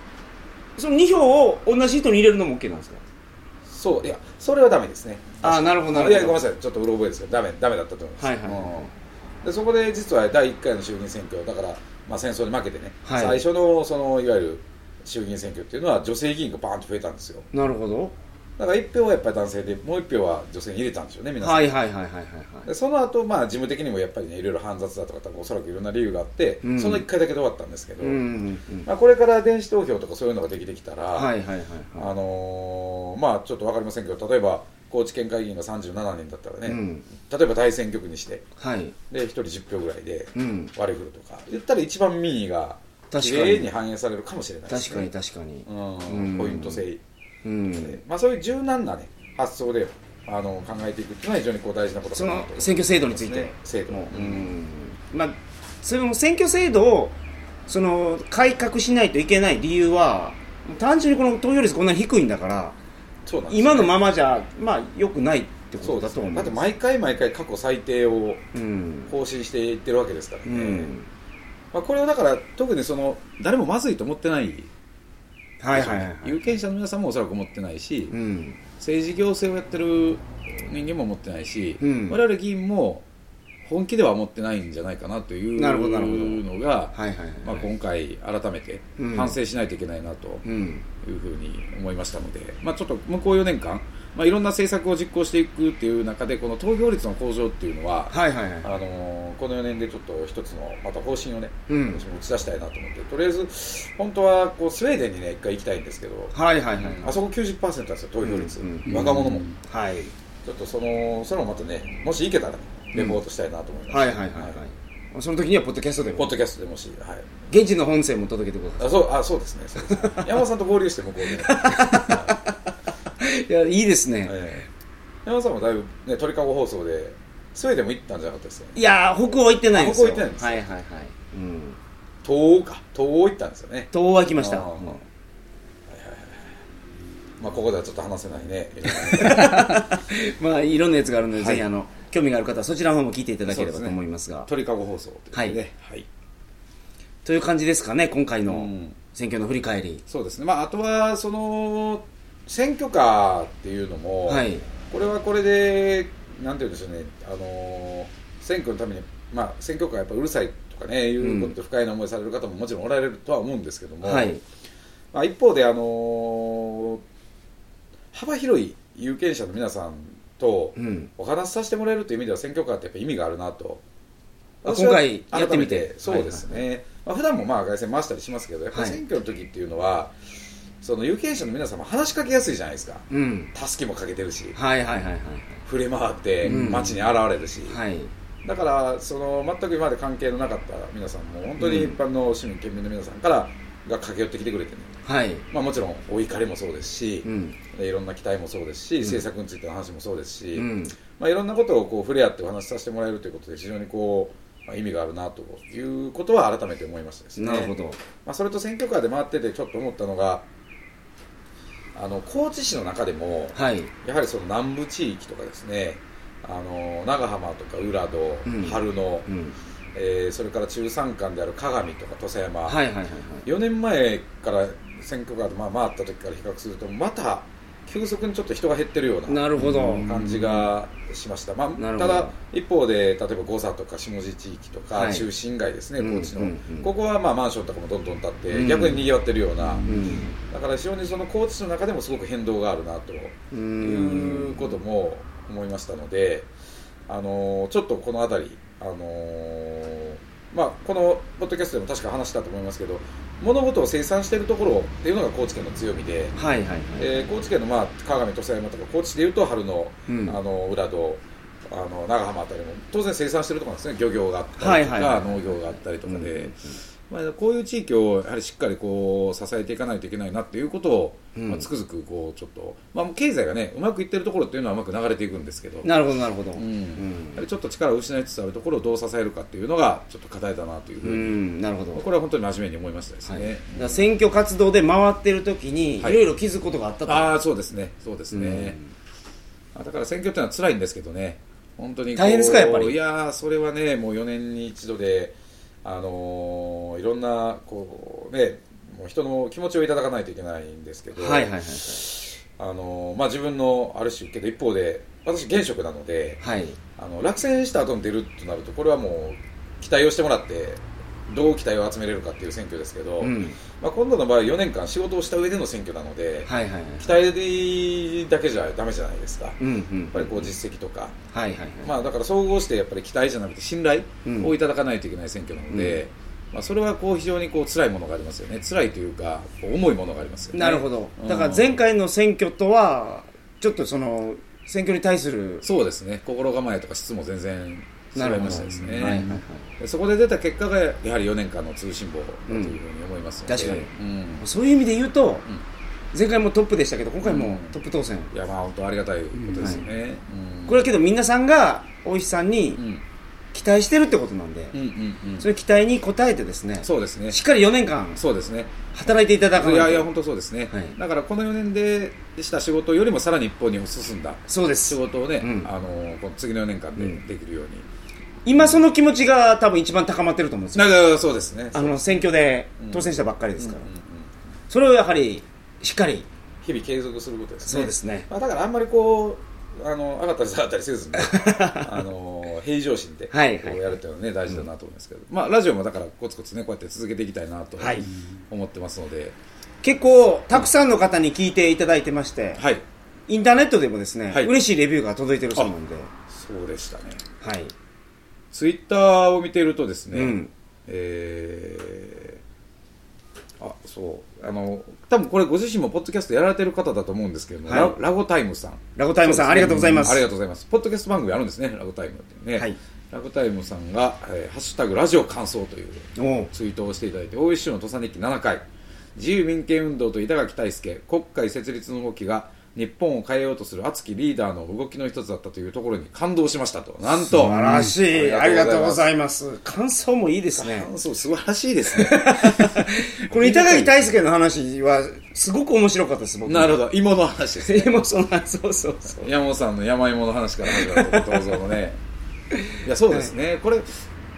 Speaker 2: その2票を同じ人に入れるのも OK なんですか
Speaker 1: そういやそれはダメですね
Speaker 2: あーなるほどなるほど
Speaker 1: いやごめんなさいちょっとうろ覚えですけどダメダメだったと思います、
Speaker 2: はいはいはい
Speaker 1: うんでそこで実は第1回の衆議院選挙だから、まあ、戦争に負けてね、
Speaker 2: はい
Speaker 1: 最初のそのいわゆる衆議院選挙っていうのは女性議員がバーンと増えたんですよ
Speaker 2: なるほど
Speaker 1: だから1票はやっぱり男性でもう1票は女性に入れたんでしょうね皆さん、
Speaker 2: はいはいはいはいはいは
Speaker 1: でその後、まあ事務的にもやっぱりねいろいろ煩雑だとか多分おそらくいろんな理由があって、
Speaker 2: うん
Speaker 1: その1回だけで終わったんですけ
Speaker 2: い
Speaker 1: ど、
Speaker 2: うんうんうん
Speaker 1: まあ、これから電子投票とかそういうのができてきたら、
Speaker 2: はいはいはいは
Speaker 1: あのーまあちょっとわかりませんけど例えば高知県会議員が37人だったらね、
Speaker 2: いうん
Speaker 1: 例えば大選挙区にして
Speaker 2: はい
Speaker 1: で1人10票ぐらいで
Speaker 2: うん
Speaker 1: 割り振るとか言ったら一番民意が
Speaker 2: 確
Speaker 1: き
Speaker 2: かに
Speaker 1: れいに反映されるかもしれない
Speaker 2: 確かに
Speaker 1: か
Speaker 2: 確かに
Speaker 1: うん
Speaker 2: うん
Speaker 1: ポイント制、
Speaker 2: うん
Speaker 1: まあ、そういう柔軟な、ね、発想であの考えていくっていうのは非常にこう大事なこと
Speaker 2: そ
Speaker 1: かな
Speaker 2: の
Speaker 1: と
Speaker 2: 選挙制度について、
Speaker 1: ね制度
Speaker 2: も
Speaker 1: も
Speaker 2: う、うんまあ、その選挙制度をその改革しないといけない理由は単純にこの投票率こんなに低いんだから
Speaker 1: そうなんですよ
Speaker 2: 今のままじゃまあ良くないってこ
Speaker 1: そうだ
Speaker 2: とだ
Speaker 1: と
Speaker 2: と思
Speaker 1: 思
Speaker 2: う
Speaker 1: うだって毎回毎回過去最低を
Speaker 2: うん
Speaker 1: 更新していってるわけですから
Speaker 2: う
Speaker 1: ね、
Speaker 2: ん
Speaker 1: まあ、これはだから特にその誰もまずいと思ってない
Speaker 2: はいはいはい
Speaker 1: 有権者の皆さんもおそらく思ってないし、
Speaker 2: うん
Speaker 1: 政治行政をやってる人間も思ってないし、
Speaker 2: うん
Speaker 1: 我々議員も本気では思ってないんじゃないかなという
Speaker 2: なるほどなるほど
Speaker 1: のが、
Speaker 2: はいはいはい
Speaker 1: まあ、今回改めて
Speaker 2: うん
Speaker 1: 反省しないといけないなと
Speaker 2: うん
Speaker 1: いうふうに思いましたので、まあ、ちょっと向こう4年間、まあ、いろんな政策を実行していくっていう中でこの投票率の向上っていうのは、
Speaker 2: はいはいはい
Speaker 1: あのーこの4年でちょっと一つのまた方針をね
Speaker 2: うん
Speaker 1: 私も打ち出したいなと思ってとりあえず本当はこうスウェーデンにね一回行きたいんですけど
Speaker 2: はいはいはい
Speaker 1: あそこ90%なんですよ投票率、
Speaker 2: うんうん
Speaker 1: 若者も、
Speaker 3: うん
Speaker 2: はい
Speaker 1: ちょっとそのそれもまたねもし行けたらレポートしたいなと思います、
Speaker 2: はいはいはいはいその時にはポッドキャストで
Speaker 1: ポ
Speaker 2: も
Speaker 1: ッドキャストでもし、はい、
Speaker 2: 現地の本線も届けてくださ
Speaker 1: あそうあそうですねそうですね山本さんと合流して向こう
Speaker 2: [LAUGHS]
Speaker 1: で、
Speaker 2: いいやいいですね
Speaker 1: ええ山本さんもだいぶね鳥かご放送でスウェーデンも行ったんじゃなかったですよね
Speaker 2: いやー北欧行ってないんですよ
Speaker 1: 北欧行ってないんですよ
Speaker 2: はいはいはい、うん、
Speaker 1: 東欧か東欧行ったんですよね
Speaker 2: 東欧は行きました
Speaker 1: あー
Speaker 2: うん
Speaker 1: まあここではちょっと話せない
Speaker 2: [LAUGHS]
Speaker 1: ね
Speaker 2: まあいろんなやつがあるので、
Speaker 1: はい
Speaker 2: ぜひあの興味がある方はそちらの方も聞いていただければ
Speaker 1: そう
Speaker 2: と
Speaker 1: ですね
Speaker 2: 思いますが
Speaker 1: 鳥かご放送ということでねはい、
Speaker 2: という感じですかね今回
Speaker 1: う
Speaker 2: の
Speaker 1: ん
Speaker 2: 選挙の振り返り、
Speaker 1: そうですねまああとはその選挙カーっていうのも、
Speaker 2: はい
Speaker 1: これはこれで、なんていうんでしょうね、あのー選挙のために、まあ、選挙区がやっぱうるさいとかね、いうことで不快な思いされる方ももちろんおられるとは思うんですけども、
Speaker 2: はい
Speaker 1: まあ、一方で、あのー幅広い有権者の皆さんと
Speaker 2: うん
Speaker 1: お話しさせてもらえるという意味では、選挙カーってやっぱ意味があるなと。
Speaker 2: あ
Speaker 1: 私は
Speaker 2: 今回やってみて
Speaker 1: 改めそうですね、まあ、普段もまあ外線回したりしますけど、やっぱり選挙の時っていうのは、その有権者の皆様、話しかけやすいじゃないですか、
Speaker 2: うん
Speaker 1: たすきもかけてるし、
Speaker 2: はいはいはいはい
Speaker 1: 触れ回って
Speaker 2: うん
Speaker 1: 街に現れるし、
Speaker 2: はい
Speaker 1: だからその全く今まで関係のなかった皆さんも本当に一般の市民県民の皆さんからが駆け寄ってきてくれてね、
Speaker 2: はい
Speaker 1: まあ、もちろんお怒りもそうですし
Speaker 2: う、ん
Speaker 1: いろんな期待もそうですし、政策についての話もそうですし、
Speaker 2: うん
Speaker 1: まあ、いろんなことをこう触れ合ってお話しさせてもらえるということで非常にこう、まあ、意味があるなということは改めて思いましたですね。
Speaker 2: なるほど
Speaker 1: まあ、それと選挙カーで回っててちょっと思ったのがあの高知市の中でも、
Speaker 2: はい
Speaker 1: やはりその南部地域とかですね、あの長浜とか浦戸、
Speaker 2: うん
Speaker 1: 春野、
Speaker 2: うん
Speaker 1: えーそれから中山間である鏡とか土佐山、
Speaker 2: はいはいはいはい
Speaker 1: 4年前から選挙カーでまあ回った時から比較すると、また急速にちょっと人が減ってるような
Speaker 2: なるほど
Speaker 1: 感じがしました、まあ、
Speaker 2: なる
Speaker 1: た
Speaker 2: ほど
Speaker 1: だ、一方で、例えば誤差とか下地地域とか、
Speaker 2: はい
Speaker 1: 中心街ですね、
Speaker 2: うん
Speaker 1: 高知の、
Speaker 2: うんうん
Speaker 1: ここはまあマンションとかもどんどん建って、
Speaker 2: うん
Speaker 1: 逆に賑わってるような、
Speaker 2: うん
Speaker 1: だから非常にその高知市の中でもすごく変動があるなと。
Speaker 2: う
Speaker 1: いうこと
Speaker 2: も
Speaker 1: も思いましたので、あのちょっとこの辺り、あのまあ、このポッドキャストでも確か話したと思いますけど物事を生産しているところっていうのが高知県の強みで、
Speaker 2: はいはいはい
Speaker 1: えー高知県の、まあ、鏡土佐山とか高知でいうと春の、
Speaker 2: うん
Speaker 1: あの浦戸あの長浜あたりも当然生産してるところなんですね漁業があった
Speaker 2: はい
Speaker 1: りと
Speaker 2: は
Speaker 1: か、
Speaker 2: いはい
Speaker 1: 農業があったりとかで、
Speaker 2: うん
Speaker 1: まあ、こういう地域をやはりしっかりこう支えていかないといけないなっていうことを、
Speaker 2: うん
Speaker 1: まあ、つくづくこうちょっと、まあ、経済がねうまくいってるところっていうのはうまく流れていくんですけど、
Speaker 2: なるほどなるほど
Speaker 1: う
Speaker 2: うんん、
Speaker 1: やはりちょっと力を失いつつあるところをどう支えるかっていうのがちょっと課題だなというふう
Speaker 2: う
Speaker 1: に、
Speaker 2: んなるほど、
Speaker 1: これは本当に真面目に思いましたです
Speaker 2: はい
Speaker 1: ね、
Speaker 2: だから選挙活動で回ってる時にい
Speaker 1: はい
Speaker 2: ろいろ気づくことがあったと、
Speaker 1: ああそうですねそうです
Speaker 2: うん
Speaker 1: ね、あだから選挙っていうのは辛いんですけどね本当にこう
Speaker 2: 大変ですかやっぱり
Speaker 1: いやーそれはねもう4年に一度であのーいろんなこうねもう人の気持ちをいただかないといけないんですけど、
Speaker 2: はいはいはい
Speaker 1: あのーまあ、自分のある種けど一方で私現職なので
Speaker 2: はい
Speaker 1: あの落選した後に出るとなるとこれはもう期待をしてもらってどう期待を集めれるかっていう選挙ですけど、
Speaker 2: うん
Speaker 1: まあ、今度の場合4年間仕事をした上での選挙なので、
Speaker 2: はいはいはい
Speaker 1: 期待だけじゃダメじゃないですかやっ
Speaker 2: うんうん
Speaker 1: ぱりこう実績とか、
Speaker 2: はいはいはい
Speaker 1: まあ、だから総合してやっぱり期待じゃなくて信頼
Speaker 2: うん
Speaker 1: をいただかないといけない選挙なので、まあ、それはこう非常にこう辛いものがありますよね辛いというかこう重いものがありますよね
Speaker 2: なるほど
Speaker 1: うん
Speaker 2: だから前回の選挙とはちょっとその選挙に対する
Speaker 1: そうですね心構えとか質も全然違いましたですね、
Speaker 2: はいはいはい
Speaker 1: でそこで出た結果がやはり4年間の通信簿だというふうに思いますので、
Speaker 2: うん確かに
Speaker 1: うん
Speaker 2: そういう意味で言うと、前回もトップでしたけど今回
Speaker 1: うん
Speaker 2: もトップ当選、
Speaker 1: いやまあ本当ありがたいことですよね、うん
Speaker 2: これはけど皆さんが大石さんに
Speaker 1: うん
Speaker 2: 期待してるってことなんで、
Speaker 1: うんうんうん
Speaker 2: その期待に応えてですね
Speaker 1: そうですね
Speaker 2: しっかり4年間
Speaker 1: そうですね
Speaker 2: 働いていただかないと
Speaker 1: やいや本当そうですね、
Speaker 2: はい
Speaker 1: だからこの4年でした仕事よりもさらに一歩に進んだ
Speaker 2: そうで
Speaker 1: 仕
Speaker 2: す
Speaker 1: 事をね、
Speaker 2: うん
Speaker 1: あのこの次の4年間で
Speaker 2: うん
Speaker 1: できるように、
Speaker 2: 今その気持ちが多分一番高まってると思うんですよ
Speaker 1: だからそうですね
Speaker 2: あの選挙で
Speaker 1: うん
Speaker 2: 当選したばっかりですから、
Speaker 1: うんうんうん
Speaker 2: それをやはりしっかり
Speaker 1: 日々継続することですね
Speaker 2: そうですね
Speaker 1: まあ、だからあんまりこうあの上がったり下がったりせ
Speaker 2: [LAUGHS]
Speaker 1: ずにあの平常心でこう
Speaker 2: はいはい
Speaker 1: やるっていうのはね大事だなと思いますけど、まあラジオもだからコツコツねこうやって続けていきたいなと
Speaker 2: はい
Speaker 1: 思ってますので
Speaker 2: 結構たくさんの方に聞いていただいてまして、
Speaker 1: はい、
Speaker 2: インターネットでもですね、
Speaker 1: はい
Speaker 2: 嬉しいレビューが届いてるそうなんで、
Speaker 1: そうでしたね
Speaker 2: はい、
Speaker 1: ツイッターを見ているとですね、
Speaker 2: うん
Speaker 1: えーあそうあの多分これご自身もポッドキャストやられてる方だと思うんですけども、
Speaker 2: はい
Speaker 1: ララゴタイムさん
Speaker 2: ラゴタイムさん、
Speaker 1: そ
Speaker 2: あ
Speaker 1: ですね
Speaker 2: りがとうございま
Speaker 1: ん
Speaker 2: す。
Speaker 1: ありがとうございます。ポッドキャスト番組あるんですね、ラグタイムっていうね。
Speaker 2: はい
Speaker 1: ラグタイムさんが、えーハッシュタグラジオ感想という
Speaker 2: おう
Speaker 1: ツイートをしていただいて、大石市の土佐日記7回、自由民権運動と板垣大輔、国会設立の動きが、日本を変えようとする熱きリーダーの動きの一つだったというところに感動しましたと。なんと。
Speaker 2: 素晴らしい、
Speaker 1: うん
Speaker 2: ありがとうござ
Speaker 1: い
Speaker 2: います。感想もいいですね
Speaker 1: ま。す。そう、素晴らしいですね。
Speaker 2: [LAUGHS] これ、板垣大輔の話は、すごく面白かったです、
Speaker 1: [LAUGHS]
Speaker 2: 僕。[LAUGHS]
Speaker 1: なるほど、芋の話ですね。
Speaker 2: でも、その、そうそうそう。
Speaker 1: 山本さんの山芋の話から始まる構造の
Speaker 2: [LAUGHS]
Speaker 1: ねいやそうですね、これ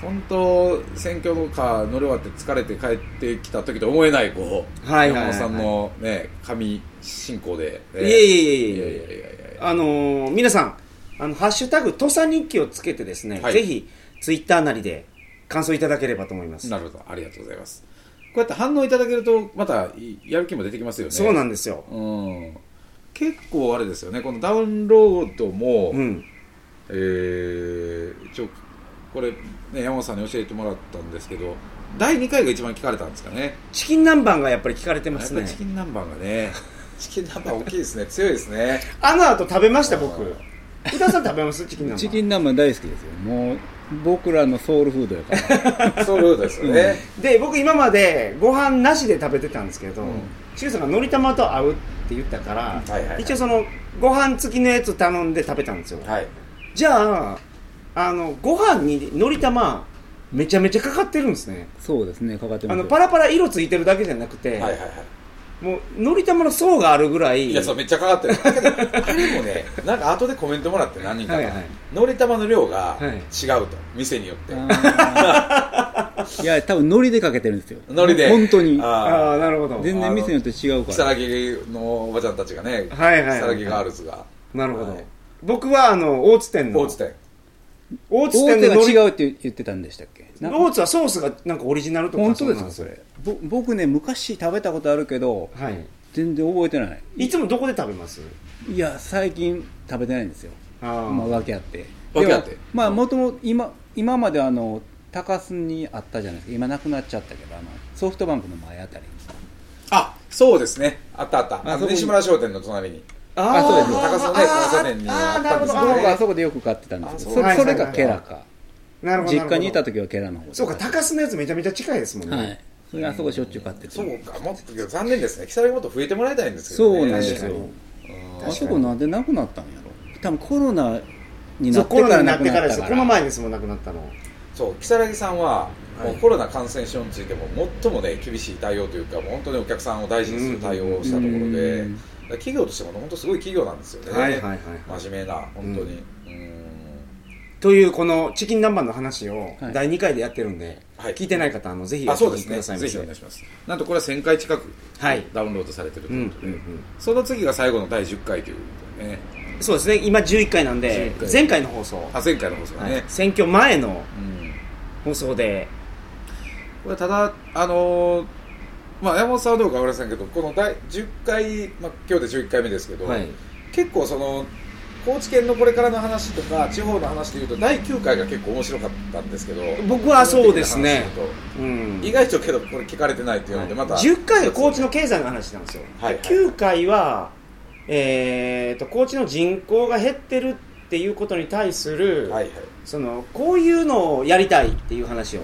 Speaker 1: 本当選挙のカー乗り終わって疲れて帰ってきた時と思えないこう、
Speaker 2: はいはいはいはい
Speaker 1: 山本さんのね神進行で、ね、
Speaker 2: いえいえいえい
Speaker 1: いや
Speaker 2: え
Speaker 1: いやいやいや
Speaker 2: あのー皆さん、あの、ハッシュタグ、土佐日記をつけてですね、
Speaker 1: はい
Speaker 2: ぜひ、ツイッターなりで、感想いただければと思います。
Speaker 1: なるほどありがとうございますこうやって反応いただけるとまたいやる気も出てきますよね
Speaker 2: そうなんですよ。
Speaker 1: うん結構あれですよねこのダウンロードも、
Speaker 2: うん。
Speaker 1: えー、一応これ、ね、山本さんに教えてもらったんですけど第2回が一番聞かれたんですかね
Speaker 2: チキン南蛮がやっぱり聞かれてま
Speaker 1: やっ
Speaker 2: す
Speaker 1: ぱ
Speaker 2: ね
Speaker 1: り。チキン南蛮が
Speaker 2: [LAUGHS]
Speaker 1: ねチキン南蛮大きいですね強いですね
Speaker 2: あの後食べました、僕
Speaker 1: あー。
Speaker 2: 宇田さん食べますチキン南蛮。
Speaker 3: [LAUGHS] チキン南蛮大好きですよもう僕らのソウルフードやから
Speaker 1: そういうことですよね、
Speaker 2: で僕今までご飯なしで食べてたんですけど
Speaker 1: ん
Speaker 2: 柊、さんがのり玉と合うって言ったから、
Speaker 1: いはいはい
Speaker 2: 一応そのご飯付きのやつ頼んで食べたんですよ、
Speaker 1: はい
Speaker 2: じゃああのご飯にのり玉めちゃめちゃかかってるんですね
Speaker 3: そうですねかかって
Speaker 2: あ
Speaker 3: ます
Speaker 2: のパラパラ色ついてるだけじゃなくて、
Speaker 1: はいはいはい
Speaker 2: もうのり玉の層があるぐらい
Speaker 1: いやそうめっちゃかかってるだけどあれもねなんか後でコメントもらって何人か
Speaker 2: は
Speaker 1: が
Speaker 2: いはい
Speaker 1: のり玉の量が
Speaker 2: はい
Speaker 1: 違うと、店によって
Speaker 3: あーいや多分海苔でかけてるんですよ
Speaker 1: のりで
Speaker 3: 本当に
Speaker 2: あ
Speaker 1: あ
Speaker 2: あ
Speaker 1: あ
Speaker 2: なるほど
Speaker 3: 全然店によって違うか
Speaker 1: 如
Speaker 3: ら
Speaker 1: 月のおばちゃんたちがね、
Speaker 2: はいはい
Speaker 1: 如月ガールズが
Speaker 2: なるほど、
Speaker 1: はい
Speaker 2: 僕はあの大津店の
Speaker 1: 大津店
Speaker 2: 大津
Speaker 3: 大
Speaker 2: 店
Speaker 3: 手
Speaker 2: の
Speaker 3: が
Speaker 2: のり
Speaker 3: 違うって言ってたんでしたっけなんか
Speaker 2: 大津はソースがなんかオリジナルとか
Speaker 3: 本当です
Speaker 2: んな
Speaker 3: か
Speaker 2: ん
Speaker 3: それぼ僕ね昔食べたことあるけど
Speaker 2: はい
Speaker 3: 全然覚えてない
Speaker 2: いつもどこで食べます
Speaker 3: いや最近食べてないんですよ
Speaker 2: あ
Speaker 3: まあ訳あって
Speaker 1: 訳あって
Speaker 3: でもまあもともと今今まであの高須にあったじゃないですか今なくなっちゃったけどあのソフトバンクの前あたり
Speaker 1: あそうですねあったあった
Speaker 3: あ
Speaker 1: あの
Speaker 3: そこに
Speaker 1: 西村商店の隣に
Speaker 2: あ
Speaker 3: あそうです
Speaker 1: 高須のね
Speaker 2: あー
Speaker 1: 高須店にあったんです
Speaker 2: あ
Speaker 1: け
Speaker 2: ーなるほ
Speaker 3: 僕
Speaker 2: ど
Speaker 3: はあそこでよく買ってたんですけど
Speaker 1: あそう
Speaker 3: そ
Speaker 2: はい
Speaker 3: れそれ
Speaker 2: は
Speaker 3: が
Speaker 2: い
Speaker 3: ケラか
Speaker 2: なるほどなる
Speaker 3: 実
Speaker 2: ほど
Speaker 3: 家にいた時はケラの方
Speaker 2: そうか高須のやつめちゃめちゃ近いですもんね、
Speaker 3: はいそれあそこしょっちゅう買ってて
Speaker 1: そうかもっと残念ですね木更もっと増えてもらいたいんですけ
Speaker 3: そ
Speaker 1: ど、ね、
Speaker 3: うなんですよ
Speaker 1: うん
Speaker 2: 確か
Speaker 3: あ
Speaker 2: に
Speaker 3: そこなんでなくなったんやろ多分コロナに
Speaker 2: そ
Speaker 3: な
Speaker 2: う
Speaker 3: って
Speaker 2: コロナ
Speaker 3: から
Speaker 2: にな
Speaker 3: な
Speaker 2: っ
Speaker 3: く
Speaker 2: てか
Speaker 3: なっ
Speaker 2: ら
Speaker 3: た
Speaker 2: です
Speaker 3: か
Speaker 2: よ
Speaker 3: ら
Speaker 2: この前ですもんなくなったの
Speaker 1: そう木更木さんは、
Speaker 2: はい
Speaker 1: もうコロナ感染症についても最もね厳しい対応というかもう本当にお客さんを大事にする対応をしたところで、
Speaker 3: うん
Speaker 1: 企業としても本当すごい企業なんですよね、
Speaker 2: はい
Speaker 1: 真面目な本当に、うん
Speaker 2: というこのチキン南蛮の話を
Speaker 3: はい
Speaker 2: 第2回でやってるんで、
Speaker 1: はい
Speaker 2: 聞いてない方あのぜひお
Speaker 1: あそう
Speaker 2: 聞
Speaker 1: で
Speaker 2: き
Speaker 1: す
Speaker 2: ください
Speaker 1: ね
Speaker 2: ま
Speaker 1: ぜ
Speaker 2: せ
Speaker 1: ひお願いしますなんとこれは1000回近く
Speaker 2: はい
Speaker 1: ダウンロードされてると
Speaker 2: うん
Speaker 1: いううんことで、その次が最後の第10回ということでね
Speaker 2: うんそうですね今11回なんで
Speaker 1: 11回
Speaker 2: 前回の放送、
Speaker 1: あ前回の放送がね、
Speaker 2: はい選挙前の
Speaker 1: うん
Speaker 2: 放送で
Speaker 1: これただあのーまあ、山本さんはどうか分かりませんけどこの第10回、まあ、今日で11回目ですけど、
Speaker 2: はい
Speaker 1: 結構その高知県のこれからの話とか地方の話でいうと第9回が結構面白かったんですけど
Speaker 2: 僕はそうですね
Speaker 1: 個人的な話で
Speaker 2: うん
Speaker 1: 言うと意外とけどこれ聞かれてないっていうのでまた、
Speaker 2: 10回は高知の経済の話なんですよ、
Speaker 1: はい
Speaker 2: で9回は、えー、と高知の人口が減ってるっていうことに対する、
Speaker 1: はいはい、
Speaker 2: そのこういうのをやりたいっていう話を
Speaker 1: う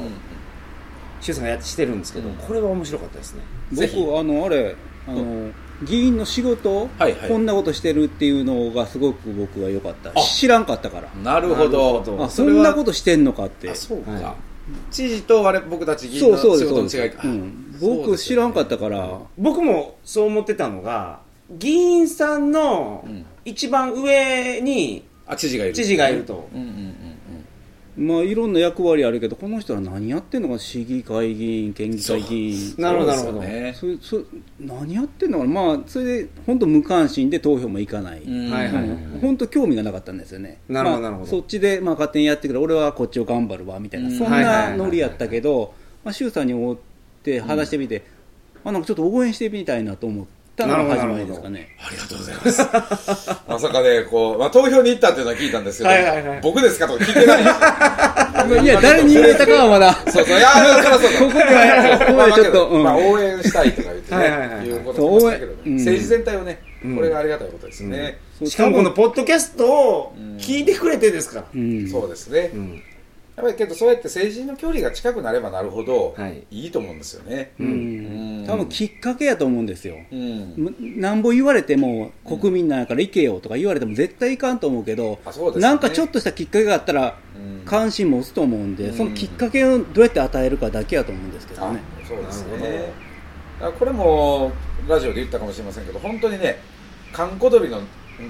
Speaker 2: 周、さんがやってしてるんですけど、
Speaker 1: うん
Speaker 2: これは面白かったですね
Speaker 1: ぜひ
Speaker 3: 僕あのあれあの、議員の仕事、
Speaker 1: はいはい
Speaker 3: こんなことしてるっていうのがすごく僕は良かった
Speaker 1: あ
Speaker 3: 知らんかったから
Speaker 1: んなるほど
Speaker 2: なるほど
Speaker 3: あそんなこととしてんのかって
Speaker 1: あそうか、
Speaker 2: は
Speaker 1: 知事と我々僕たち議員
Speaker 3: そ
Speaker 1: の
Speaker 3: うそう
Speaker 1: 仕
Speaker 3: ですそ
Speaker 1: 事の
Speaker 3: うです
Speaker 1: 違いか、
Speaker 3: う
Speaker 1: そ
Speaker 3: ん、
Speaker 1: うですよね
Speaker 3: 僕知らんかったから
Speaker 2: 僕もそう思ってたのが議員さんの
Speaker 1: うん
Speaker 2: 一番上に
Speaker 1: あ知事がいる
Speaker 2: 知事がいると
Speaker 1: うんうんうん
Speaker 3: まあいろんな役割あるけどこの人は何やってんのか市議会議員県議会議員
Speaker 1: うん
Speaker 2: なるほど
Speaker 1: そうですよね
Speaker 3: そそ何やってんのかなまあそれで本当無関心で投票も行かない、
Speaker 1: うん
Speaker 2: はいはいはい
Speaker 3: 本当興味がなかったんですよね
Speaker 2: なるほど
Speaker 3: まあ
Speaker 2: なるほど
Speaker 3: そっちでまあ勝手にやってくれ俺はこっちを頑張るわみたいな、
Speaker 1: うん
Speaker 3: そん
Speaker 2: はいはいはい
Speaker 3: な
Speaker 2: はい
Speaker 3: ノリやったけどまあ周さんに思って話してみて、あなんかちょっと応援してみたいなと思ったの
Speaker 2: な
Speaker 3: が始
Speaker 2: るほど
Speaker 3: まりですかね
Speaker 1: ありがとうございます。 [LAUGHS] まさかね、こう、まあ、投票に行ったっていうのは聞いたんですけど、
Speaker 2: はいはいはい
Speaker 1: 僕ですかとか聞いてない。 [LAUGHS]
Speaker 3: いや誰に言えたかはまだ
Speaker 1: そうそう、いやー、そらそうだ。ここ
Speaker 3: ここでちょっとうん
Speaker 1: まあ、応援したいとか言ってね、
Speaker 2: はいはいはい
Speaker 1: いうことを言ってましたけどね
Speaker 3: そう応援うん
Speaker 1: 政治全体をね、
Speaker 2: うん
Speaker 1: これがありがたいことですね。
Speaker 3: そう
Speaker 2: しかもこのポッドキャストを聞いてくれてですから、
Speaker 3: うん
Speaker 1: そうですね。やっ
Speaker 2: ん
Speaker 1: ぱりけど、そうやって政治の距離が近くなればなるほど、
Speaker 2: はい
Speaker 1: いいと思うんですよね。
Speaker 3: う
Speaker 1: うん
Speaker 3: ん多分きっかけやと思うんですよ、
Speaker 1: うん。
Speaker 3: むなんぼ言われても国民なんやから行けよとか言われても絶対いかんと思うけど、
Speaker 1: あそうですね
Speaker 3: なんかちょっとしたきっかけがあったら
Speaker 1: うん
Speaker 3: 関心持つと思うんで、
Speaker 1: うん
Speaker 3: そのきっかけをどうやって与えるかだけやと思うんですけど
Speaker 1: あ
Speaker 3: ね、
Speaker 1: そうです
Speaker 2: なる
Speaker 1: ねだからこれもラジオで言ったかもしれませんけど本当にね閑古鳥の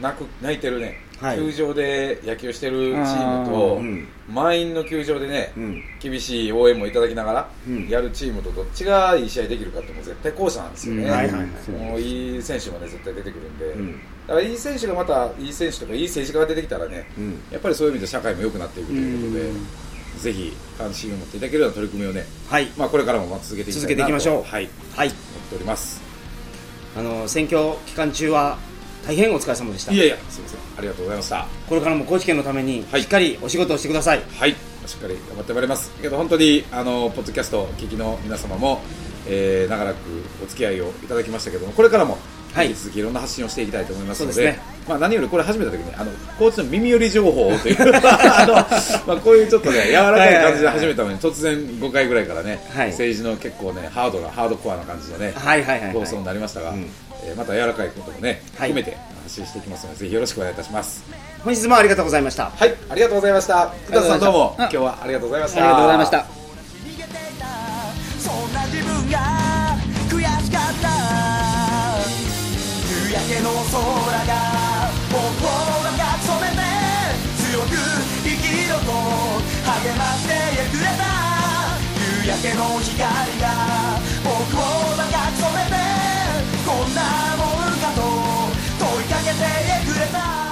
Speaker 1: 泣く泣いてるね、
Speaker 2: はい
Speaker 1: 球場で野球してるチームと、
Speaker 3: あーうん
Speaker 1: 満員の球場でね、
Speaker 2: うん
Speaker 1: 厳しい応援もいただきながら
Speaker 2: うん
Speaker 1: やるチームとどっちがいい試合できるかってもう絶対後者なんですよね、
Speaker 3: うん
Speaker 2: はいはいはい
Speaker 1: もういい選手もね絶対出てくるんで、
Speaker 2: うん
Speaker 1: だからいい選手がまたいい選手とかいい政治家が出てきたらね
Speaker 2: うん
Speaker 1: やっぱりそういう意味で社会も良くなっていくということで、
Speaker 3: うん
Speaker 1: ぜひ関心を持っていただけるような取り組みをね
Speaker 2: はい
Speaker 1: まあ、これからも続けていきたいなと
Speaker 2: 続けていきましょう
Speaker 1: はい、
Speaker 2: はい
Speaker 1: 思っております。
Speaker 2: あの選挙期間中は大変お疲れ様でした
Speaker 1: いやいや、すみません、ありがとうございました。
Speaker 2: これからも高知県のために
Speaker 1: は
Speaker 2: し
Speaker 1: い
Speaker 2: っかりお仕事をしてください、
Speaker 1: はい、しっかり頑張ってまいります。けど、本当に、あの、ポッドキャスト、お聞きの皆様も。えー長らくお付き合いをいただきましたけども、これからも。
Speaker 2: はい
Speaker 1: 引き続きいろんな発信をしていきたいと思いますので
Speaker 2: そうですね
Speaker 1: まあ、何よりこれ始めた時にあのコーチの耳寄り情報という [LAUGHS] あの、まあ、こういうちょっとね柔らかい感じで始めたのに突然5回ぐらいからね、
Speaker 2: はい
Speaker 1: 政治の結構ねハードなハードコアな感じのね、
Speaker 2: はいはいはい、
Speaker 1: 放送
Speaker 2: は
Speaker 1: になりましたが、
Speaker 2: うん
Speaker 1: えーまた柔らかいこともね、
Speaker 2: はい
Speaker 1: 含めて発信していきますのでぜひよろしくお願いいたします
Speaker 2: い、本日もありがとうございました
Speaker 1: はいありがとうございました福田さんどうも
Speaker 3: あ
Speaker 1: 今日はありがとうございまし
Speaker 3: あ
Speaker 1: た
Speaker 3: りがとうございました
Speaker 4: 逃げていたそんな自分が悔しかった夕焼けの空が僕を赤く染めて強く生きろと励ましてくれた夕焼けの光が僕を赤く染めてこんなもんかと問いかけてくれた